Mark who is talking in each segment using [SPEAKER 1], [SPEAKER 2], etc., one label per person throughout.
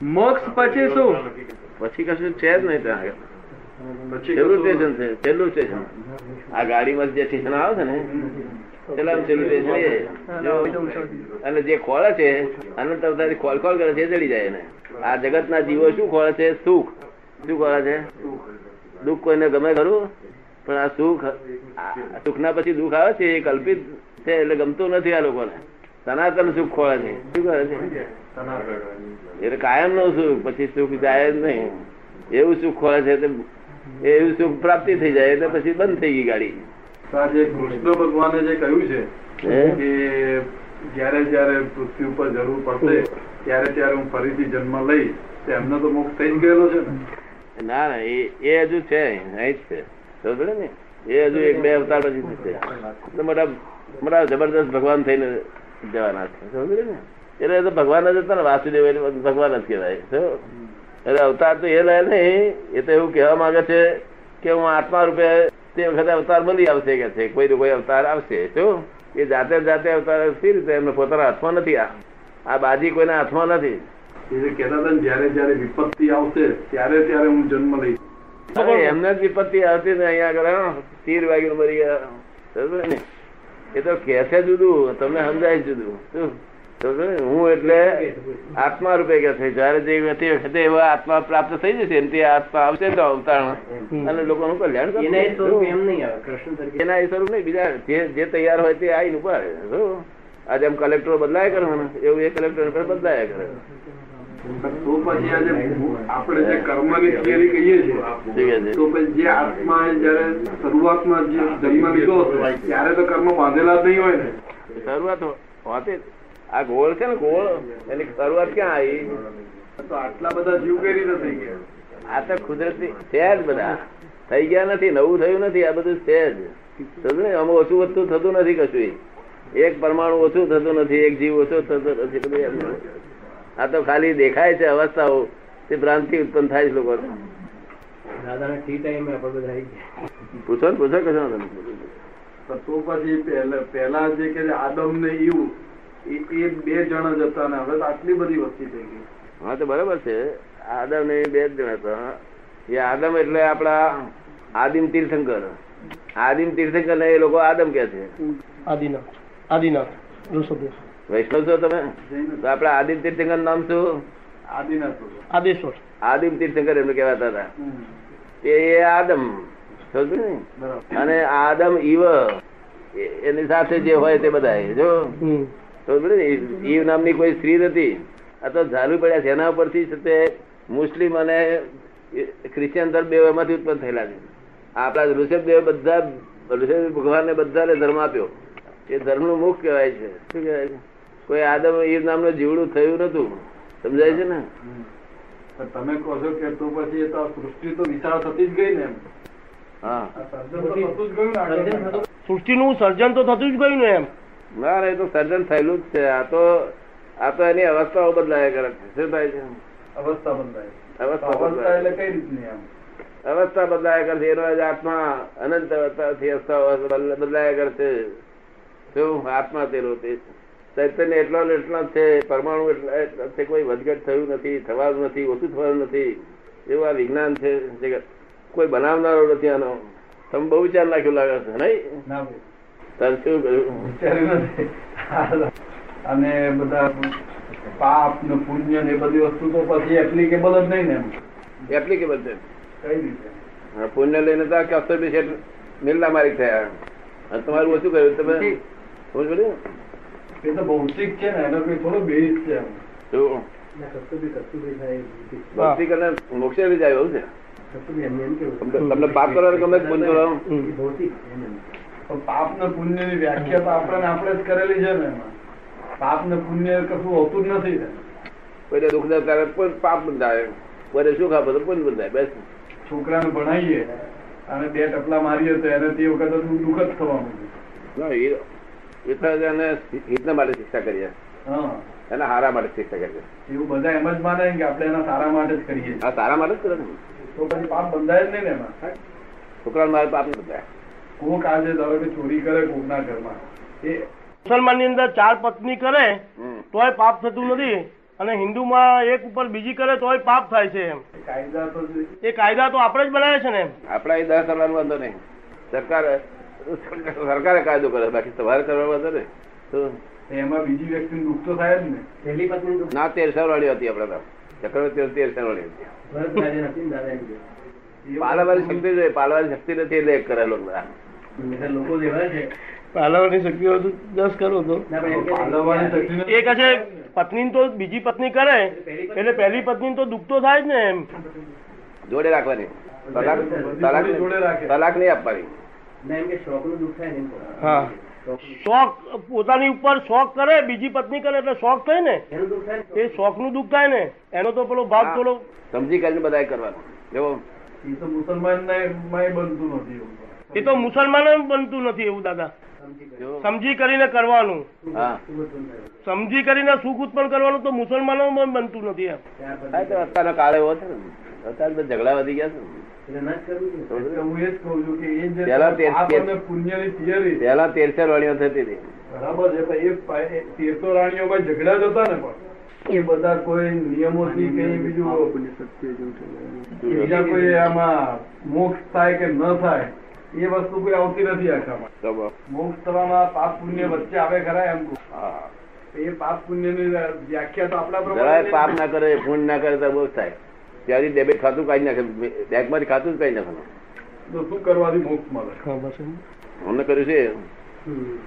[SPEAKER 1] મોક્ષ પછી શું
[SPEAKER 2] પછી કશું છે જ નહીં ત્યાં આગળ.
[SPEAKER 3] પછી
[SPEAKER 2] છેલ્લું સ્ટેશન
[SPEAKER 3] કશું-
[SPEAKER 2] છે છેલ્લું સ્ટેશન આ ગાડીમાં જે સ્ટેશન આવે છે ને છેલ્લામાં છેલ્લું સ્ટેશન એ. જો, અને જે ખોળે છે અનંત અવતારી ખોળ ખોળ કરે છે એ ચડી જાય એને આ જગતના જીવો શું ખોળે છે સુખ શું ખોળે છે દુઃખ કોઈને ગમે ખરું પણ આ સુખ આ સુખના પછી દુઃખ આવે છે એ કલ્પિત છે એટલે ગમતું નથી આ લોકોને સનાતન સુખ ખોળે છે શું કરે છે એટલે કાયમ નું સુખ પછી સુખ જાય જ નહીં એવું સુખ ખોળે છે તે એવું સુખ પ્રાપ્તિ થઈ જાય એટલે પછી બંધ થઈ ગઈ ગાડી
[SPEAKER 3] આજે કૃષ્ણ ભગવાને જે કહ્યું છે
[SPEAKER 2] હે?
[SPEAKER 3] કે જ્યારે જ્યારે પૃથ્વી ઉપર જરૂર પડશે ત્યારે ત્યારે હું ફરીથી જન્મ લઈશ તો એમનો તો મોક્ષ થઈ જ ગયેલો છે ને
[SPEAKER 2] ના ના એ એ હજુ છે અહીં અહીં જ છે સમજ્યો ને એ હજુ એક બે અવતાર પછી થશે એટલે મોટા મોટા જબરદસ્ત ભગવાન થઈને જવાના છે સમજ્યો ને એટલે એ તો ભગવાન જ હતા ને વાસુદેવ એટલે ભગવાન જ કહેવાય સમજ્યો? એટલે અવતાર તો એ લે નહીં એ તો એવું કહેવા માંગે છે કે હું આત્મા રૂપે તે વખતે અવતાર બની આવશે કે છે કોઈ ને કોઈ અવતાર આવશે શું એ જાતે જાતે અવતાર સી રીતે એમને પોતાના હાથમાં નથી આ આ બાજી કોઈના હાથમાં નથી
[SPEAKER 3] એ જે કહેતા હતા ને જ્યારે જ્યારે વિપત્તિ આવશે ત્યારે ત્યારે હું જન્મ લઈશ
[SPEAKER 2] હવે એમને જ વિપત્તિ આવતી ને અહીંયા આગળ હં, તીર વાગીને મરી ગયા સમજો ને એ તો કહે છે જુદું તમને સમજાય જુદું શું સમજો ને? હું એટલે આત્મા રૂપે કે છે જ્યારે જે વ્યક્તિ વખતે એવા આત્મા પ્રાપ્ત થઈ જશે એમ તે આત્મા આવશે તો અવતારણ અને લોકોનું કલ્યાણ કરશે.
[SPEAKER 4] એના એ સ્વરૂપ એમ નહીં આવે કૃષ્ણ તરીકે
[SPEAKER 2] એના એ સ્વરૂપ નહીં બીજા જે જે તૈયાર હોય તે આવીને ઉભા રહે શું? આજે એમ કલેક્ટર બદલાયા કરે ને એવું એ કલેક્ટર પણ બદલાયા કરે
[SPEAKER 3] તો પછી આજે આપણે જે કર્મની થિયરી કહીએ છીએ
[SPEAKER 2] શું કહે છે?
[SPEAKER 3] તો પછી જે આત્માએ જ્યારે શરૂઆતમાં જે જન્મ લીધો હતો, ત્યારે તો કર્મ બાંધેલા જ નહીં હોય ને
[SPEAKER 2] શરૂઆત હો- હોતી જ. આ ગોળ છે ને ગોળ એની શરૂઆત ક્યાં આવી
[SPEAKER 3] તો આટલા બધા જીવ કઈ રીતે થઈ ગયા
[SPEAKER 2] આ તો કુદરતી છે જ બધા થઈ ગયા નથી નવું થયું નથી આ બધું છે જ સમજો ને? આમાં ઓછું વધતું થતું નથી કશું એક પરમાણુ ઓછું થતું નથી એક જીવ ઓછો થતો નથી બધું એમ જ. આ તો ખાલી દેખાય છે અવસ્થાઓ તે ભ્રાંતિ ઉત્પન્ન થાય છે લોકો
[SPEAKER 4] દાદાને ટી ટાઈમે આપણે બધા આવી ગયા
[SPEAKER 2] પૂછો ને પૂછો કશો વાંધો નહીં.
[SPEAKER 3] તો તો પછી પહેલા પહેલા જે કે આદમ ને ઈવ એ એ બે જણ જ હતા ને હવે તો આટલી બધી વસ્તી થઈ ગઈ
[SPEAKER 2] હા તો બરાબર છે આદમ ને એ બે જ જણ હતા એ આદમ એટલે આપણા આદિમ તીર્થંકર આદિમ તીર્થંકર ને એ લોકો આદમ કે છે
[SPEAKER 4] આદિનાથ આદિનાથ ઋષભદેવ
[SPEAKER 2] વૈષ્ણવ છો તમે તો આપણા આદિમ તીર્થંકર નામ શું
[SPEAKER 3] આદિનાથ હતો.
[SPEAKER 4] આદેશ્વર
[SPEAKER 2] આદિમ તીર્થંકર એમને કહેવાતા હતા
[SPEAKER 3] હમ.
[SPEAKER 2] તે એ આદમ સમજ્યું ને?
[SPEAKER 3] બરાબર
[SPEAKER 2] અને આદમ ઈવ એ- એની સાથે જે હોય તે બધા જો
[SPEAKER 4] હમ
[SPEAKER 2] સમજ્યું ને? ઈવ નામની કોઈ સ્ત્રી નથી આ તો ઝાલુ પડ્યા છે એના પરથી છે તે મુસ્લિમ અને ખ્રિસ્તિયન ધર્મ બે એમાંથી ઉત્પન્ન થયેલા છે આપણા ઋષભદેવ બધા ઋષભ ભગવાનને બધાને ધર્મ આપ્યો એ ધર્મનું મુખ કહેવાય છે શું કહેવાય છે કોઈ આદમ ઈવ નામનું જીવડું થયું નતું સમજાય છે ને
[SPEAKER 3] હમ. તો તમે કહો છો કે તો પછી એ તો આ સૃષ્ટિ તો વિશાળ થતી જ ગઈ ને એમ
[SPEAKER 2] હા
[SPEAKER 3] આ સર્જન તો થતું જ ગયું ને આગળ.
[SPEAKER 4] સૃષ્ટિનું સર્જન તો થતું જ ગયું ને એમ
[SPEAKER 2] ના ના, એ તો સર્જન થયેલું જ છે આ તો આ તો એની અવસ્થાઓ બદલાયા કરે છે શું થાય છે
[SPEAKER 3] અવસ્થા બંધાય
[SPEAKER 2] અવસ્થા
[SPEAKER 3] અવસ્થા
[SPEAKER 2] બદલાય
[SPEAKER 3] એટલે કઈ રીતની એમ
[SPEAKER 2] અવસ્થા બદલાયા કરે છે એનો જ આત્મા અનંત અવસ્થાથી અવસ્થા બદલ- બદલાયા કરે છે શું આત્મા તેનો તે છે. ચૈતન્ય એટલો ને એટલો જ છે પરમાણુ એટલા એટલા જ છે કોઈ વધઘટ થયું નથી થવાનું નથી ઓછું થવાનું નથી એવું આ વિજ્ઞાન છે જગત કોઈ બનાવનારો નથી આનો તમે બહુ ચાર નાખ્યું લાગે છે નહીં
[SPEAKER 3] ના ભાઈ.
[SPEAKER 2] તારે શું કર્યું
[SPEAKER 3] વિચાર્યું નથી. અને બધા પાપ ને પુણ્ય ને એ બધી વસ્તુ તો પછી એપ્લિકેબલ જ નહીં ને એમ
[SPEAKER 2] એપ્લિકેબલ છે
[SPEAKER 3] કઈ રીતે
[SPEAKER 2] આ પુણ્ય લઈને તો આ કસ્તર બી શેઠ મિલના મારી થયા અને તમારું ઓછું કર્યું તમે શું કર્યું?
[SPEAKER 3] એ તો ભૌતિક છે ને એનો કોઈ થોડો બેઝ છે એમ
[SPEAKER 2] શું? ભક્તિ કરીને મોક્ષે આવી જાય એવું છે તમને તમને પાપ કરવાનું ગમે છે, પુણ્ય કરવાનું?
[SPEAKER 3] પણ પાપ ને પુણ્ય ની વ્યાખ્યા તો આપણે ને આપણે જ કરેલી છે ને એમાં પાપ ને પુણ્ય કશું હોતું જ નથી ને
[SPEAKER 2] કોઈને દુઃખ ના કારણે પણ પાપ બંધાય કોઈને સુખ આપે તો પુણ્ય બંધાય બસ
[SPEAKER 3] છોકરાને ભણાવીએ અને બે ટપલા મારીએ તો એને તે વખતે દુ- દુઃખ જ થવાનું છે.
[SPEAKER 2] ના, એ- એ તો એને હિતના માટે શિક્ષા કરીએ
[SPEAKER 3] હા
[SPEAKER 2] એને હારા માટે શિક્ષા કરીએ
[SPEAKER 3] એવું બધા એમ જ માને કે આપણે એના સારા માટે જ કરીએ છીએ.
[SPEAKER 2] આ સારા માટે જ કરે ને
[SPEAKER 3] તો પછી પાપ બંધાય જ નહીં ને એમાં
[SPEAKER 2] છોકરાને મારે પાપ નહીં બંધાય
[SPEAKER 3] કોક આજે ધારો કે ચોરી કરે કોકના ઘરમાં એ
[SPEAKER 5] મુસલમાન ની અંદર ચાર પત્ની કરે
[SPEAKER 2] હમ.
[SPEAKER 5] તોય પાપ થતું નથી
[SPEAKER 1] અને હિન્દુમાં એક ઉપર બીજી કરે તોય પાપ થાય છે એમ
[SPEAKER 3] કાયદા તો જે
[SPEAKER 1] એ કાયદા તો આપણે જ બનાવ્યા છે ને એમ
[SPEAKER 2] આપણા એ દસ કરવાનો વાંધો નહીં સરકાર સરકારે કાયદો કરે બાકી તમારે કરવાનો વાંધો નહીં શું?
[SPEAKER 3] એમાં બીજી વ્યક્તિને દુઃખ તો થાય જ ને
[SPEAKER 4] પહેલી પત્ની તો
[SPEAKER 2] ના તેર સરવાળી હતી આપણા તો ચક્રવર્તી તેર સરવાળી હતી
[SPEAKER 4] ભરતરાજે નથી ને દાદા એમ કહે.
[SPEAKER 3] એ
[SPEAKER 2] પાલાવાળી શક્તિ જોઈએ પાલાવાળી શક્તિ નથી એટલે એક કરેલો
[SPEAKER 4] એટલે લોકો જેવા છે
[SPEAKER 1] પાલવાની શક્તિ હોય તો દસ કરો તો
[SPEAKER 4] ના પણ એમ કહે છે કે
[SPEAKER 3] પાલાવાની શક્તિને
[SPEAKER 1] એ કહે છે પત્ની તો બીજી પત્ની કરે એટલે પહેલી પત્ની તો દુઃખ તો થાય જ ને એમ
[SPEAKER 2] જોડે રાખવાની તલાક
[SPEAKER 3] બધી
[SPEAKER 2] તલાક
[SPEAKER 3] જોડે જોડે રાખે.
[SPEAKER 2] તલાક નહીં આપવાની
[SPEAKER 4] ના એમ કે શોખનું દુઃખ થાય ને એમ કહો.
[SPEAKER 1] હા.
[SPEAKER 4] શોખનું-
[SPEAKER 1] શોખ પોતાની ઉપર શોખ કરે બીજી પત્ની કરે એટલે શોખ થાય ને
[SPEAKER 4] એનું દુઃખ થાય ને
[SPEAKER 1] એ શોખ નું દુઃખ થાય ને એનો તો પેલો ભાગ થોડો
[SPEAKER 2] સમજી કરીને બધાએ કરવાનું જો
[SPEAKER 3] એ તો મુસલમાન ના બનતું નથી એવું.
[SPEAKER 1] એ તો મુસલમાન બનતું નથી એવું દાદા
[SPEAKER 2] જો
[SPEAKER 1] સમજી કરીને કરવાનું
[SPEAKER 2] હા
[SPEAKER 1] સમજી કરીને સુખ ઉત્પન્ન કરવાનું તો મુસલમાનો પણ બનતું નથી એમ
[SPEAKER 4] ત્યાર પછી
[SPEAKER 2] હા, તો અત્યારનો કાળ એવો છે ને અત્યારે બધા ઝઘડા વધી ગયા છે ને.
[SPEAKER 4] એટલે ના જ કરવું
[SPEAKER 3] એટલે હું એ જ
[SPEAKER 4] જોઈએ.
[SPEAKER 3] કહું છું કે એ જે
[SPEAKER 2] પહેલા તે-
[SPEAKER 3] પાપ અને પુણ્યની theory
[SPEAKER 2] પહેલા તેર સરવાળીઓ થતી હતી
[SPEAKER 3] બરાબર છે પણ એ પા- એ તીર્થો રાણીઓમાં ઝઘડા જ હતા ને પણ એ બધા કોઈ નિયમોથી કે બીજું બીજા કોઈ આમાં મોક્ષ થાય કે ન થાય એ વસ્તુ કોઈ આવતી નથી આખામાં
[SPEAKER 2] તો બસ.
[SPEAKER 3] મોક્ષ થવામાં પાપ પુણ્ય વચ્ચે આવે ખરા એમ કહું.
[SPEAKER 2] હા.
[SPEAKER 3] એ પાપ પુણ્યની વ્યાખ્યા તો આપણા
[SPEAKER 2] જરાય
[SPEAKER 3] પ્રમાણે
[SPEAKER 2] પાપ ના કરે ફૂંડ ના કરે તો બહુ થાય ત્યારે ડેબિટ ખાતું કાઢી નાખે બેંકમાંથી ખાતું જ કાઢી નાખવાનું
[SPEAKER 3] તો શું કરવાથી મોક્ષ મળે
[SPEAKER 2] અમને કર્યું છે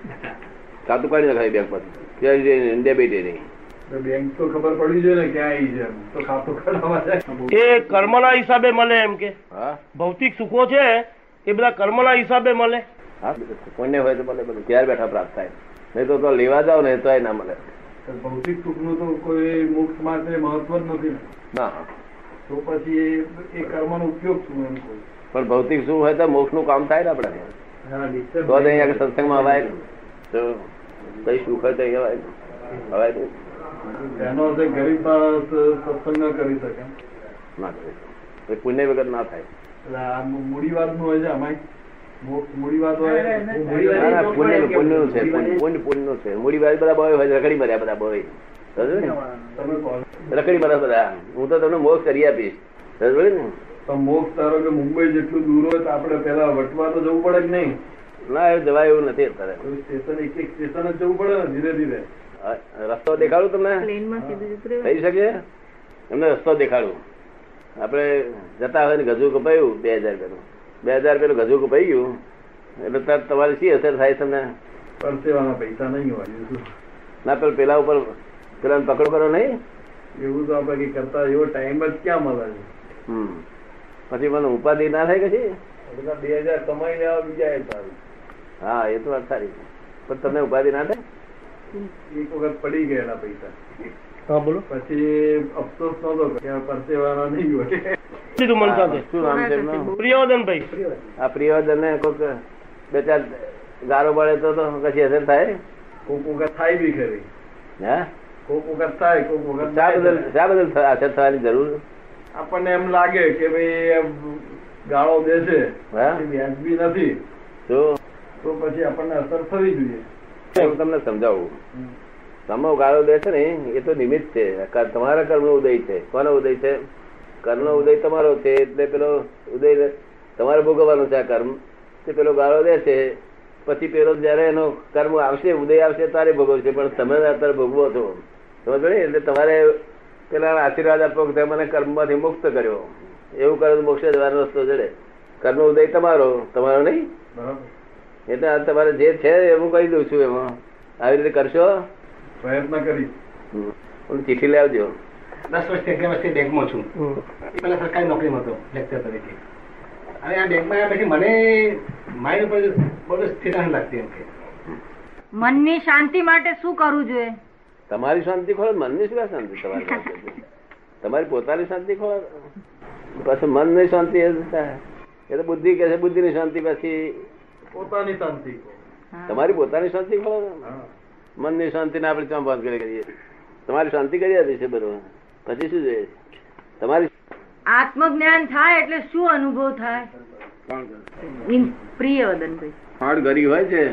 [SPEAKER 2] ખાતું કાઢી નાખાય બેંકમાંથી ત્યારે જે ડેબિટ એ નહીં
[SPEAKER 3] તો બેંક તો ખબર પડી છે ને ક્યાં આવી છે એમ. તો ખાતું કઢાવવા જાય.
[SPEAKER 1] એ કર્મના હિસાબે મળે એમ કે
[SPEAKER 2] હા
[SPEAKER 1] ભૌતિક સુખો છે એ બધા કર્મના હિસાબે મળે
[SPEAKER 2] હા કોઈને હોય તો ભલે બધું ક્યારે બેઠા પ્રાપ્ત થાય નહીં તો તો લેવા જાવ ને તોય ના મળે
[SPEAKER 3] તો ભૌતિક સુખનું તો કોઈ મોક્ષ માટે મહત્વ જ નથી ને.
[SPEAKER 2] ના
[SPEAKER 3] તો પછી એ- એ કર્મનો ઉપયોગ શું એમ કહું
[SPEAKER 2] પણ ભૌતિક સુખ હોય તો મોક્ષનું કામ થાય ને આપણે
[SPEAKER 4] હા, disturb
[SPEAKER 2] તો જ અહીંયા આગળ સત્સંગમાં અવાય ને. તો કઈ સુખ હોય તો અહીંયા અવાય ને. અવાય નહીં.
[SPEAKER 3] એનો અર્થ એ ગરીબ માણસ સત્સંગ ન કરી શકે
[SPEAKER 2] ના કરે તો પુણ્ય વગર ના થાય
[SPEAKER 3] એટલે આ મુ- મૂડીવાદનું હોય છે આમાં મોક્ષ મૂડીવાદ હોય
[SPEAKER 4] મૂડીવાદ-
[SPEAKER 2] ના,
[SPEAKER 3] મૂડીવાદ-
[SPEAKER 2] ના, પુણ્યનું પુણ્યનું છે પુણ્ય પુણ્ય- પુણ્યનું છે મૂડી વાર બધા બોય હોય રખડી મર્યા બધા બોય સમજો ને?
[SPEAKER 3] તમે કહો.
[SPEAKER 2] રખડી મર્યા બધા હું તો તમને મોક્ષ કરી આપીશ સમજો ને
[SPEAKER 3] તો મોક્ષ ધારો કે મુંબઈ જેટલું દૂર હોય તો આપણે પેલા વટવા તો જવું પડે કે નહીં
[SPEAKER 2] ના એ જવાય એવું નથી અત્યારે
[SPEAKER 3] કોઈ સ્ટેશન એક એક સ્ટેશન જ જવું પડે ને ધીરે ધીરે
[SPEAKER 2] હા, રસ્તો દેખાડું તમને
[SPEAKER 5] પ્લેનમાં સીધું ઉતર્યું
[SPEAKER 2] થઈ શકે એમને રસ્તો દેખાડું આપણે જતા હોય ને ગજુ કપાયું બે હજાર પેલું બે હજાર પેલું ગજુ કપાઈ ગયું એટલે તરત તમારી શી અસર થાય તમને
[SPEAKER 3] પરસેવાના પૈસા નહીં હોય એવું શું?
[SPEAKER 2] ના પેલા પેલા ઉપર પેલા પકડ કરો નહીં
[SPEAKER 3] એવું તો આપણે કંઈ કરતા એવો ટાઈમ જ ક્યાં મળે છે
[SPEAKER 2] હમ પછી મને ઉપાધિ ના થાય કશી
[SPEAKER 3] આ બધા બે હજાર કમાઈ લેવા બીજા એ સારું
[SPEAKER 2] હા એ તો વાત સારી છે પણ તમને ઉપાધિ ના થાય
[SPEAKER 3] એક વખત પડી ગયેલા પૈસા
[SPEAKER 1] હા બોલો
[SPEAKER 3] પછી અફસોસ નતો કે આ પરસેવાનો નહીં હોય
[SPEAKER 1] સીધું મન સાથે
[SPEAKER 2] શું નામ છે એમનું?
[SPEAKER 1] પ્રિયવદનભાઈ
[SPEAKER 2] આ પ્રિયવર્ધન ને કોઈક બે ચાર ગારો પડે તો તો કશી અસર થાય
[SPEAKER 3] કોક વખત થાય બી ખરી
[SPEAKER 2] હા
[SPEAKER 3] કોક વખત થાય કોક વખત
[SPEAKER 2] શા
[SPEAKER 3] થાય
[SPEAKER 2] બદલ
[SPEAKER 3] નહીં.
[SPEAKER 2] શા બદલ થ- અસર થવાની જરૂર
[SPEAKER 3] આપણને એમ લાગે કે ભાઈ એમ ગાળો દે છે
[SPEAKER 2] હા?
[SPEAKER 3] એ વ્યાજબી નથી
[SPEAKER 2] જો
[SPEAKER 3] તો પછી આપણને અસર થવી જોઈએ
[SPEAKER 2] હું તમને સમજાવું સમો ગાળો દે છે ને એ તો નિમિત્ત છે ક- તમારા કર્મનો ઉદય છે કોનો ઉદય છે કર્મનો ઉદય તમારો છે એટલે પેલો ઉદય તમારે ભોગવવાનો છે આ કર્મ તે પેલો ગાળો દે છે પછી પેલો જયારે એનો કર્મ આવશે ઉદય આવશે ત્યારે ભોગવશે પણ તમે અત્યારે ભોગવો છો સમજ પડી? એટલે તમારે પેલા આશીર્વાદ આપો કે તમે મને કર્મમાંથી મુક્ત કર્યો એવું કરો તો મોક્ષ જવાનો રસ્તો જડે કર્મનો ઉદય તમારો તમારો નહીં
[SPEAKER 3] બરાબર
[SPEAKER 2] એટલે આ તમારે જે છે એ હું કહી દઉં છું એમાં આવી રીતે કરશો
[SPEAKER 3] પ્રયત્ન કરી
[SPEAKER 2] પણ ચીઠી લાવજો
[SPEAKER 6] દસ વર્ષથી અગિયાર વર્ષથી બેંકમાં છું એ પહેલા સરકારી નોકરીમાં હતો લેક્ચર તરીકે અને આ બેંકમાં આવ્યા પછી મને માઇન્ડ ઉપર બહુ સ્થિરાણ લાગતી એમ કે
[SPEAKER 5] મનની શાંતિ માટે શું કરવું જોઈએ
[SPEAKER 2] તમારી શાંતિ ખોળો મનની શું કામ શાંતિ તમારી પાસે? તમારી પોતાની શાંતિ ખોળો પછી મનની શાંતિ એ જ થાય. એ તો બુદ્ધિ કે છે બુદ્ધિની શાંતિ પછી
[SPEAKER 3] પોતાની શાંતિ કહો.
[SPEAKER 5] હા.
[SPEAKER 2] તમારી પોતાની શાંતિ ખોળો
[SPEAKER 3] હા.
[SPEAKER 2] મનની શાંતિને આપણે ચમ ભાગ કરી કરીએ તમારી શાંતિ કરી આપી છે બરોબર પછી શું જોઈએ છે? તમારી
[SPEAKER 5] આત્મજ્ઞાન થાય એટલે શું અનુભવ થાય ઇન- પ્રિય વદનભાઈ
[SPEAKER 2] ફાળ ઘરી હોય છે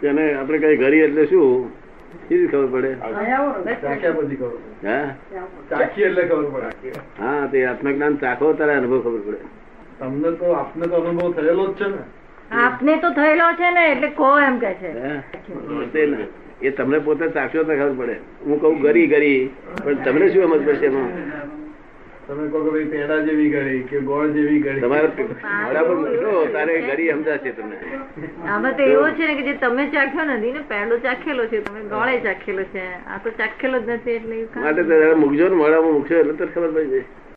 [SPEAKER 2] તેને આપણે કઈ ઘરી એટલે શું કેવી ખબર પડે
[SPEAKER 3] ચાખ્યા પછી ખબર પડે.
[SPEAKER 2] હા
[SPEAKER 3] ચાખી એટલે ખબર પડે
[SPEAKER 2] હા તે આત્મજ્ઞાન ચાખો તારે અનુભવ ખબર પડે
[SPEAKER 3] તમને તો આપને તો અનુભવ થયેલો જ છે ને
[SPEAKER 5] આપને તો થયેલો છે ને એટલે કહો એમ કે છે
[SPEAKER 2] હે? તે ને. એ તમને પોતે ચાખ્યો તો ખબર પડે હું કહું ગરી ગરી પણ તમને શું સમજ પડશે એમાં
[SPEAKER 3] તમે કહો કે ભાઈ પેડા જેવી ગળી કે ગોળ જેવી ગળી
[SPEAKER 2] તમારા મોઢા પર મૂકશો તારે ગરી સમજાશે તમને
[SPEAKER 5] આમાં તો એવો છે ને કે જે તમે ચાખ્યો નથી ને પહેલો ચાખેલો છે તમે ગોળે ચાખેલો છે આ તો ચાખેલો જ નથી એટલે એવું કાંઈ.
[SPEAKER 2] માટે તો જરા મૂકજો ને મોઢામાં મૂકશો એટલે તને ખબર પડી જાય